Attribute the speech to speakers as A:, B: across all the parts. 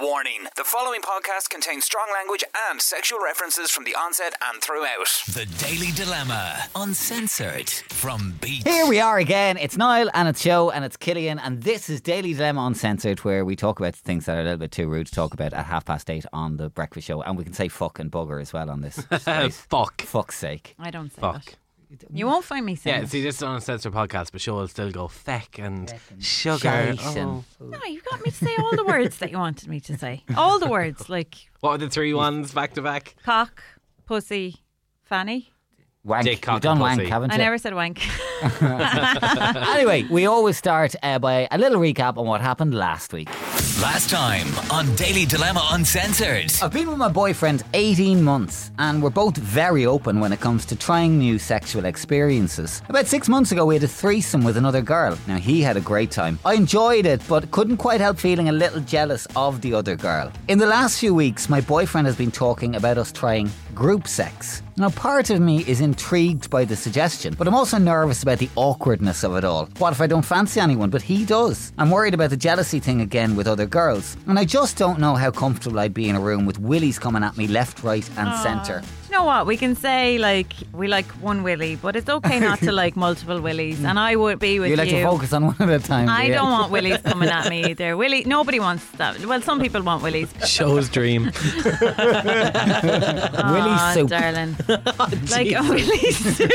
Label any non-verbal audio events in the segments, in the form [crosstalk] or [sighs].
A: warning the following podcast contains strong language and sexual references from the onset and throughout.
B: The Daily Dilemma, uncensored from Beat.
C: Here we are again. It's Niall and it's Joe and it's Killian, and this is Daily Dilemma Uncensored, where we talk about things that are a little bit too rude to talk about at half past eight on the breakfast show. And we can say fuck and bugger as well on
D: [laughs]
C: this. space.
D: Fuck.
C: Fuck's sake.
E: I don't say
D: Fuck.
E: that. You won't find me saying
D: Yeah,
E: that.
D: see, this is on a censored podcast, but she will still go feck and sugar.
C: Shite
D: Oh.
C: and-
E: No, you got me to say all the words that you wanted me to
D: [laughs]
E: say. All the words like
D: What were the three ones back
C: [laughs]
D: to back?
E: cock, pussy, fanny.
C: Wank.
D: Dick, cock
C: You've done
D: and
C: wank,
D: pussy.
C: haven't
E: I
C: you?
E: never said wank. [laughs]
C: anyway, we always start uh, by a little recap on what happened last week.
B: Last time on Daily Dilemma Uncensored.
C: I've been with my boyfriend 18 months, and we're both very open when it comes to trying new sexual experiences. About six months ago, we had a threesome with another girl. Now, he had a great time. I enjoyed it, but couldn't quite help feeling a little jealous of the other girl. In the last few weeks, my boyfriend has been talking about us trying group sex. Now, part of me is intrigued by the suggestion, but I'm also nervous about the awkwardness of it all. What if I don't fancy anyone, but he does? I'm worried about the jealousy thing again with other girls, and I just don't know how comfortable I'd be in a room with willies coming at me left, right, and centre.
E: you know what? We can say like we like one willy, but it's okay not
D: [laughs]
E: to like multiple willies. And I would be with
C: You
E: you.
C: like to focus on [laughs] one at a time. do
E: I
C: you?
E: don't want
D: [laughs]
E: willies coming at me either. Willy, nobody wants that. Well, some people want willies.
D: Show's dream.
C: willy
E: Aw,
C: soup.
D: [laughs]
E: darling. like [laughs] oh, willy soup.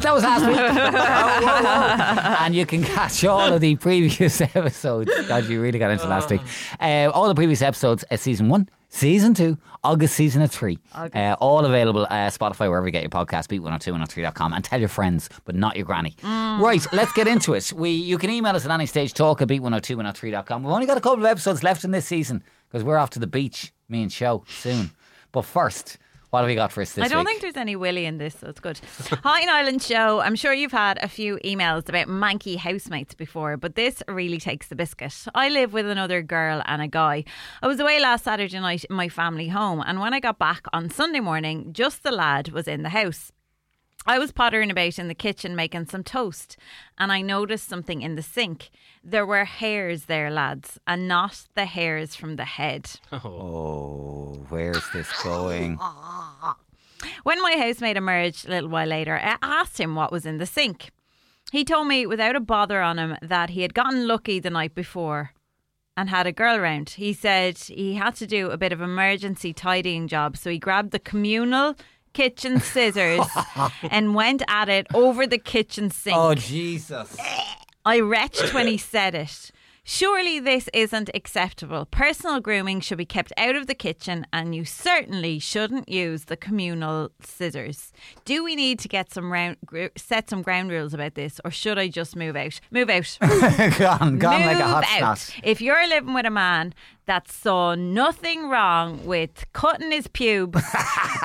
C: That was
E: [laughs]
C: last week. Oh, whoa, whoa. And you can catch all of the previous [laughs] episodes. God, you really got into last week.
E: Oh.
C: Uh, all the previous episodes, uh, season one, season two, August season of three. Uh, all available uh, Spotify, wherever you get your podcast, beat102103.com, and tell your friends, but not your granny.
E: Mm.
C: Right, let's get into it. We You can email us at any stage, talk at beat102103.com. We've only got a couple of episodes left in this season because we're off to the beach, me and Show, soon. But first, what have we got for us this
E: I don't
C: week?
E: think there's any willy in this, so it's good. [laughs] Hi, Island Show. I'm sure you've had a few emails about manky housemates before, but this really takes the biscuit. I live with another girl and a guy. I was away last Saturday night in my family home, and when I got back on Sunday morning, just the lad was in the house. I was pottering about in the kitchen making some toast, and I noticed something in the sink. There were hairs there, lads, and not the hairs from the head.
C: Oh, where's
E: [laughs]
C: this going?
E: When my housemate emerged a little while later, I asked him what was in the sink. He told me without a bother on him that he had gotten lucky the night before and had a girl round. He said he had to do a bit of emergency tidying job, so he grabbed the communal kitchen scissors and went at it over the kitchen sink.
C: Oh, Jesus.
E: I retched when he said it. Surely this isn't acceptable. Personal grooming should be kept out of the kitchen, and you certainly shouldn't use the communal scissors. Do we need to get some round, gr- set some ground rules about this, or should I just move out?
C: [laughs]
E: Move out.
C: gone, gone
E: Move
C: like a hot
E: out.
C: snot.
E: If you're living with a man that saw nothing wrong with cutting
C: [laughs]
E: his pubes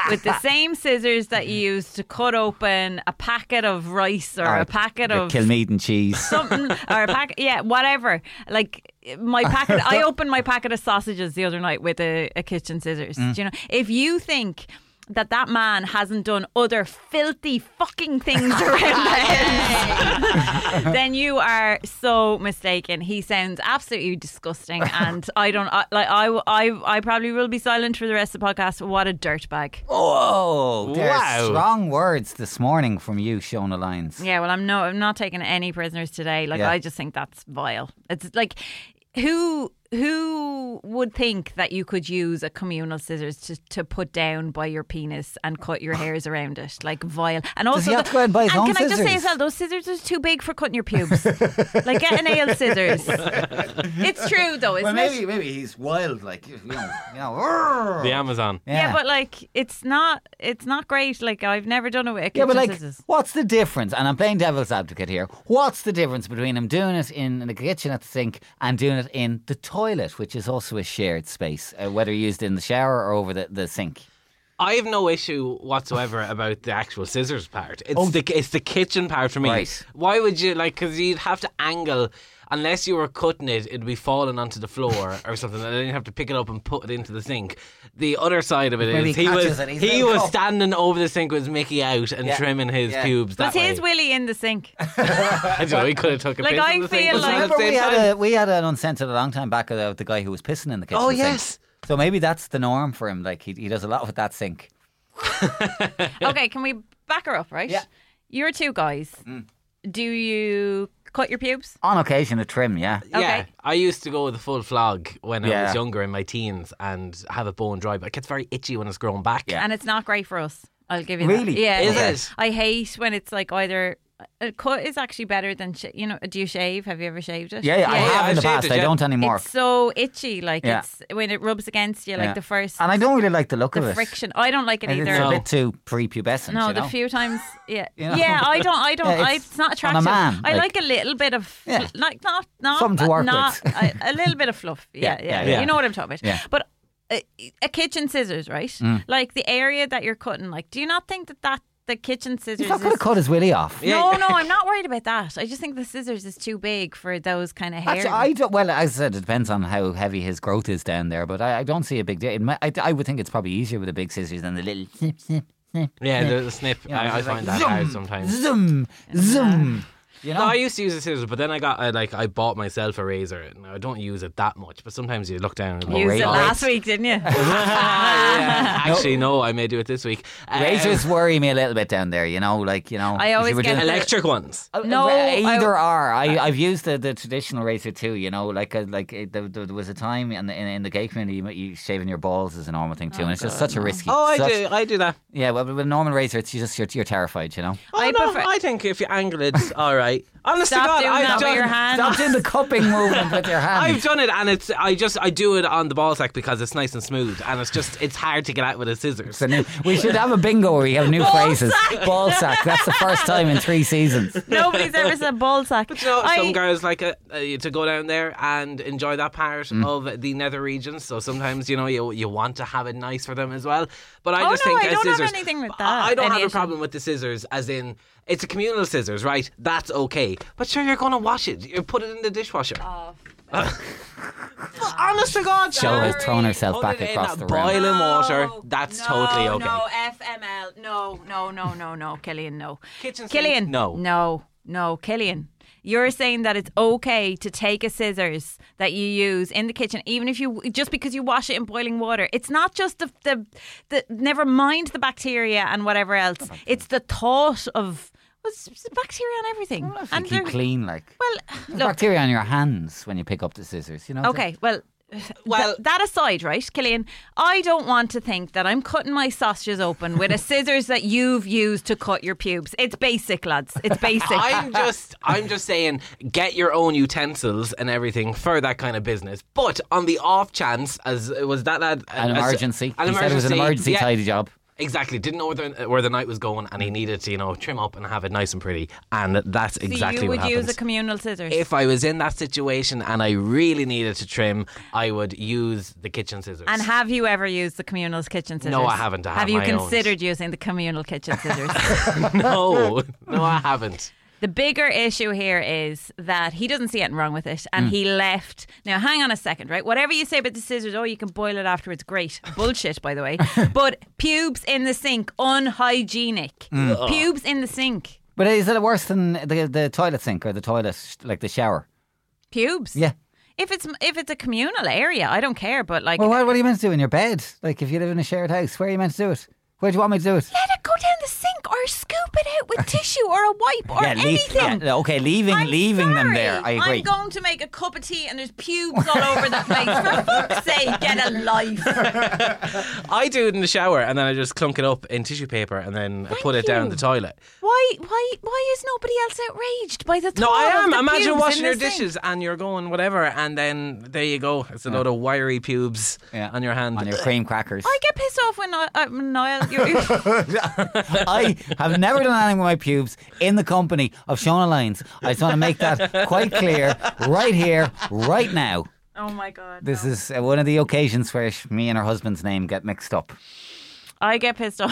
E: with the same scissors that you used to cut open a packet of rice or
C: Or
E: a packet
C: the
E: of
C: Kilmeaden cheese.
E: something or a packet yeah whatever like my packet i opened my packet of sausages the other night with a, a kitchen scissors Do you know if you think that that man hasn't done other filthy fucking things around the house then you are so mistaken he sounds absolutely disgusting and i don't I, like I, I i probably will be silent for the rest of the podcast what a dirtbag
C: [laughs] Whoa, there's
D: Wow.
C: strong words this morning from you, Shona Lyons.
E: Yeah, well, I'm no, I'm not taking any prisoners today. Like,
C: Yeah.
E: I just think that's vile. It's like, who who would think that you could use a communal scissors to, to put down by your penis and
C: [sighs]
E: cut your hairs around it? Like vile. And also,
C: he have to go out and buy his
E: and
C: own
E: can I just say
C: scissors?
E: as well, those scissors are too big for cutting
C: [laughs]
E: your pubes. like, get a nail scissors. it's true though, isn't
C: Well,
E: it?
C: maybe maybe he's wild, like you know, you know.
D: the Amazon.
E: Yeah. but like, it's not, it's not great. Like, I've never done it with a
C: Yeah,
E: kitchen
C: but like,
E: scissors.
C: what's the difference? And I'm playing devil's advocate here. What's the difference between him doing it in the kitchen at the sink and doing it in the toilet, which is also a shared space, uh, whether used in the shower or over the, the sink?
D: I have no issue whatsoever about the actual scissors part. It's the it's the kitchen part for me.
C: Oh. Right.
D: Why would you like? Because you'd have to angle. unless you were cutting it, it'd be falling onto
C: [laughs]
D: the floor or something, and then you'd have to pick it up and put it into the sink. The other side of it
C: Maybe
D: is
C: he
D: he was
C: catches it, he's
D: he
C: like,
D: was
C: "Oh."
D: standing over the sink with Mickey out and
C: Yeah,
D: trimming his
C: yeah.
E: Was
D: pubes. that way.
E: his Willy in the sink?
D: I don't know. He could have took a
E: Like,
D: piss
E: I
D: in the sink
E: feel
D: at the
E: like-
C: Remember
D: same
C: we
D: time.
C: had a we had an uncensored a long time back about the guy who was pissing in the kitchen.
D: Oh,
C: sink.
D: yes.
C: So maybe that's the norm for him. Like he, he does a lot with that sink.
E: okay, can we back her up, right?
C: Yeah. Mm.
E: You're two guys. Do you cut your pubes?
C: On occasion, a trim, yeah.
D: Yeah,
E: Okay.
D: I used to go with a full flog when I
C: Yeah.
D: was younger in my teens and have it bone dry, but it gets very itchy when it's grown back.
C: Yeah.
E: And it's not great for us. I'll give you that.
C: Really?
E: Yeah.
D: Is
E: yeah.
D: it?
E: I hate when it's like either a cut is actually better than sh- you know. Do you shave? Have you ever shaved it?
C: Yeah, yeah, I
D: Yeah,
C: have
D: yeah,
C: in the
D: I've shaved
C: past.
D: it,
C: I
D: yeah.
C: don't anymore.
E: It's so itchy, like
C: Yeah.
E: it's when it rubs against you, like
C: Yeah.
E: the first
C: and I don't really like the look of
E: the
C: it.
E: friction. I don't like it
C: And
E: either.
C: It's a
D: No.
C: bit too prepubescent.
E: No,
C: you
E: the
C: know?
E: few times, yeah,
C: You know?
E: yeah. I don't,
C: [laughs]
E: I don't.
C: Yeah,
E: I,
C: it's
E: it's not
C: on a
E: attractive.
C: man,
E: I
C: like-
E: like a little bit of,
C: Yeah.
E: like not, not,
C: Something to work
E: not
C: with.
E: a, a little bit of fluff. Yeah,
C: [laughs]
E: yeah,
C: yeah,
D: yeah.
E: You know what I'm talking about.
C: Yeah. Mm.
E: But a, a kitchen scissors, right? Like the area that you're cutting. Like, do you not think that that the kitchen
C: He's
E: scissors?
C: not going
E: Is,
C: to cut his willy off.
E: no, no,
C: [laughs]
E: I'm not worried about that. I just think the scissors is too big for those kind of hair.
C: Actually, I don't. Well, as I said, it depends on how heavy his growth is down there, but I, I don't see a big deal. It might, I, I would think it's probably easier with the big scissors than the little snip, snip, snip.
D: Yeah, the, the snip.
C: You know,
D: I, I
C: it's
D: find
C: like
D: that hard sometimes.
C: Zoom, zoom. You know,
D: No, I used to use a scissors, but then I got I, like I bought myself a razor. Now I don't use it that much, but sometimes you look down.
E: used
D: And
E: it [laughs]
C: razor.
E: last week,
C: [laughs]
E: didn't you?
D: Yeah, Actually, no, I may do it this week. Um,
C: razors worry me a little bit down there. You know, like you know,
E: Uh, I
C: if you
E: always
C: were
E: get
C: doing-
E: the-
D: [laughs] electric ones.
E: No, I-
C: either are. I, I've used the, the traditional razor too. You know, like uh, like uh, there, there was a time in the, in, in the gay community, you, you shaving your balls is a normal thing too, and it's just such a risky.
D: Oh, I
C: such-
D: do. I do that.
C: Yeah, well, with a normal razor, it's you just you're, you're terrified. You know.
D: Oh,
E: I
D: I no,
E: prefer-
D: I think if you angle it, it's all right. Honest
E: Stop
D: to God,
E: doing
D: I've
E: that
D: done
E: with your hand.
C: Stop doing the
E: [laughs]
C: cupping movement with your hand.
D: I've done it, and it's I just I do it on the ball sack because it's nice and smooth, and it's just it's hard to get out with a scissors.
C: It's a new- [laughs] we should have a bingo where we have new
E: Ball
C: phrases. Ball sack. That's the first time in three seasons.
E: Nobody's ever said ball sack.
D: But you know,
E: I-
D: some girls like uh, uh, to go down there and enjoy that part
E: Mm.
D: of the nether regions. So sometimes you know you you want to have it nice for them as well. But I
E: Oh,
D: just
E: no,
D: think
E: I
D: uh,
E: don't have
D: scissors-
E: anything with
D: I-
E: that,
D: I, don't
E: any
D: have a
E: issue.
D: problem with the scissors, as in it's a communal scissors, right? That's okay. But sure, you're going to wash it. You put it in the dishwasher. [laughs] Well, honest to God,
C: Joe has
D: Sharon,
C: thrown herself
D: put
C: back
D: it in
C: across
D: a
C: the room.
D: boiling water. That's totally okay.
E: No, FML. No, no, no, no, no, Killian, no.
D: Kitchen sink,
E: Killian.
D: no.
E: No, no, Killian. You're saying that it's okay to take a scissors that you use in the kitchen, even if you just because you wash it in boiling water. It's not just the the, the never mind the bacteria and whatever else. It's the thought of well, it's- it's bacteria on everything.
C: And
E: and
C: keep
E: they're-
C: clean, like
E: well, look,
C: bacteria on your hands when you pick up the scissors. You know.
E: Okay, well, well
D: Well-
E: that aside, right, Killian, I don't want to think that I'm cutting my sausages open with a scissors that you've used to cut your pubes. It's basic, lads. It's
C: [laughs]
E: basic.
D: I'm just I'm just saying get your own utensils and everything for that kind of business. But on the off chance, as was that lad
C: An
D: as-
C: emergency. he said it was an emergency
D: yeah,
C: tidy job.
D: Exactly. Didn't know where the, where the night was going, and he needed to you know trim up and have it nice and pretty. And that's
E: So
D: exactly
E: you would
D: what happens.
E: use a communal scissors.
D: if I was in that situation and I really needed to trim, I would use the kitchen scissors.
E: and have you ever used the communal kitchen scissors?
D: No, I haven't. I have
E: you
D: my own.
E: considered using the communal kitchen scissors?
D: [laughs] no, no, I haven't.
E: The bigger issue here is that he doesn't see anything wrong with it
C: Hmm.
E: and he left. Now, hang on a second, right? Whatever you say about the scissors, oh, you can boil it afterwards, great. Bullshit, by
C: [laughs]
E: the way. but pubes in the sink, unhygienic.
C: Hmm.
E: Pubes in the sink.
C: But is it worse than the the toilet sink or the toilet, sh- like the shower?
E: Pubes.
C: Yeah.
E: If it's if it's a communal area, I don't care, but like,
C: Well, what, what are you meant to do in your bed? Like, if you live in a shared house, where are you meant to do it? Where do you want me to do it?
E: let it go down the sink or scoop it out with tissue or a wipe or
C: lea-
E: anything.
C: yeah, okay, leaving
E: I'm
C: leaving them
E: sorry.
C: there. I agree.
E: I'm going to make a cup of tea and there's pubes all over the place. For fuck's sake, get a life.
D: I do it in the shower, and then I just clunk it up in tissue paper, and then I put it down
E: you.
D: the toilet.
E: Why, why, why is nobody else outraged by the
D: No,
E: thought of
D: I am.
E: the pubes
D: Imagine
E: in
D: washing
E: the
D: your
E: sink?
D: dishes and you're going whatever, and then there you go. It's a load of wiry pubes
C: Yeah.
D: on your hand.
C: on your cream crackers.
E: I get pissed off when I, uh, when Niall. You're,
C: I have never done anything with my pubes in the company of Shauna Lyons. I just want to make that quite clear right here, right now.
E: [laughs] oh my god!
C: This is uh, one of the occasions where sh- me and her husband's name get mixed up.
E: I get pissed off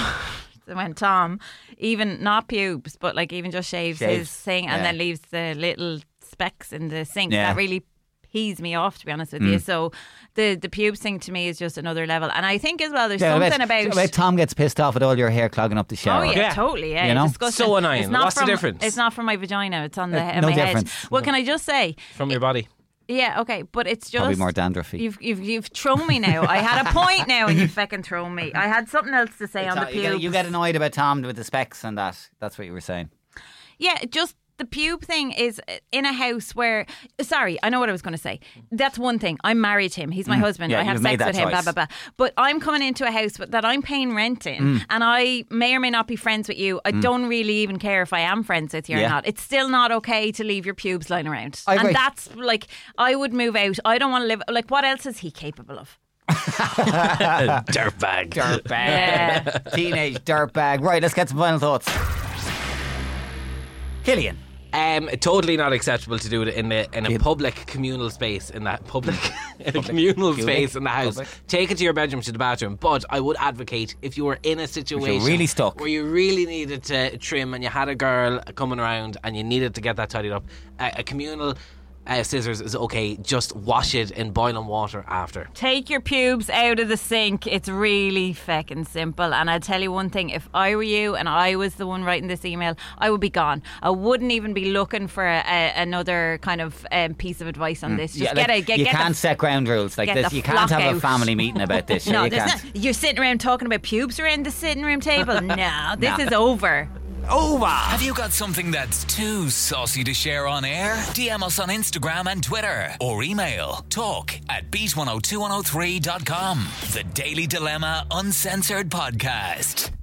E: [laughs] when Tom, even not pubes, but like even just shaves, his
C: Shaves,
E: thing and
C: yeah.
E: then leaves the little specks in the sink.
C: Yeah. Mm.
E: That really pees me off, to be honest with you. So the the pubes thing to me is just another level. And I think as well, there's
C: I bet-
E: something
C: I
E: about.
C: bet Tom gets pissed off at all your hair clogging up the
E: Oh
C: shower.
E: yeah,
D: Yeah.
E: totally. Yeah,
C: You know?
E: disgusting.
D: So annoying.
E: It's not
D: What's the
E: from-
D: difference?
E: It's not from my vagina. It's on the
C: Uh,
E: in
C: no
E: my
C: difference.
E: head. Well, can I just say?
D: from your body.
E: Yeah, okay, but it's just
C: Probably more dandruffy.
E: You've you've you've thrown me now. I had a point now, and you fucking thrown me. I had something else to say on the
C: you,
E: pubes.
C: get, you get annoyed about Tom with the specs and that. That's what you were
E: [laughs]
C: saying.
E: Yeah, just the pube thing is uh, in a house where. Sorry, I know what I was going to say. That's one thing. I married him. He's my husband.
C: Mm. Yeah,
E: I have
C: you've
E: sex
C: made
E: with
C: that
E: him. Blah
C: choice.
E: blah blah. But I'm coming into a house with- that I'm paying rent in,
C: Mm.
E: and I may or may not be friends with you. I don't really even care if I am friends with you
C: Yeah.
E: or not. It's still not okay to leave your pubes lying around.
C: I agree.
E: And that's like I would move out. I don't want to live. Like, what else is he capable of?
D: Dirtbag.
C: Dirtbag.
E: Yeah.
C: [laughs] Teenage dirtbag. Right, let's get some final thoughts. Killian.
D: Um, totally not acceptable to do it in a in a public communal space in that public [laughs] in a communal space in the house.
C: Public.
D: Take it to your bedroom to the bathroom. But I would advocate if you were in a situation
C: really stuck.
D: where you really needed to trim and you had a girl coming around and you needed to get that tidied up, a, a communal uh, scissors is okay. Just wash it in boiling water after.
E: Take your pubes out of the sink. It's really feckin' simple. And I'll tell you one thing if I were you and I was the one writing this email, I would be gone. I wouldn't even be looking for a, a, another kind of um, piece of advice on this. Just
C: Mm. like,
E: get a get,
C: you
E: get the
C: can't set ground rules like
E: get
C: this.
E: the
C: You can't
E: flock
C: have a
E: out.
C: family meeting about
E: [laughs]
C: this.
E: no,
C: you
E: there's
C: can't.
E: not, you're sitting around talking about pubes around the sitting
C: [laughs]
E: room table. no, this is over.
B: Have you got something that's too saucy to share on air? DM us on Instagram and Twitter or email talk at beat102103.com. The Daily Dilemma Uncensored Podcast.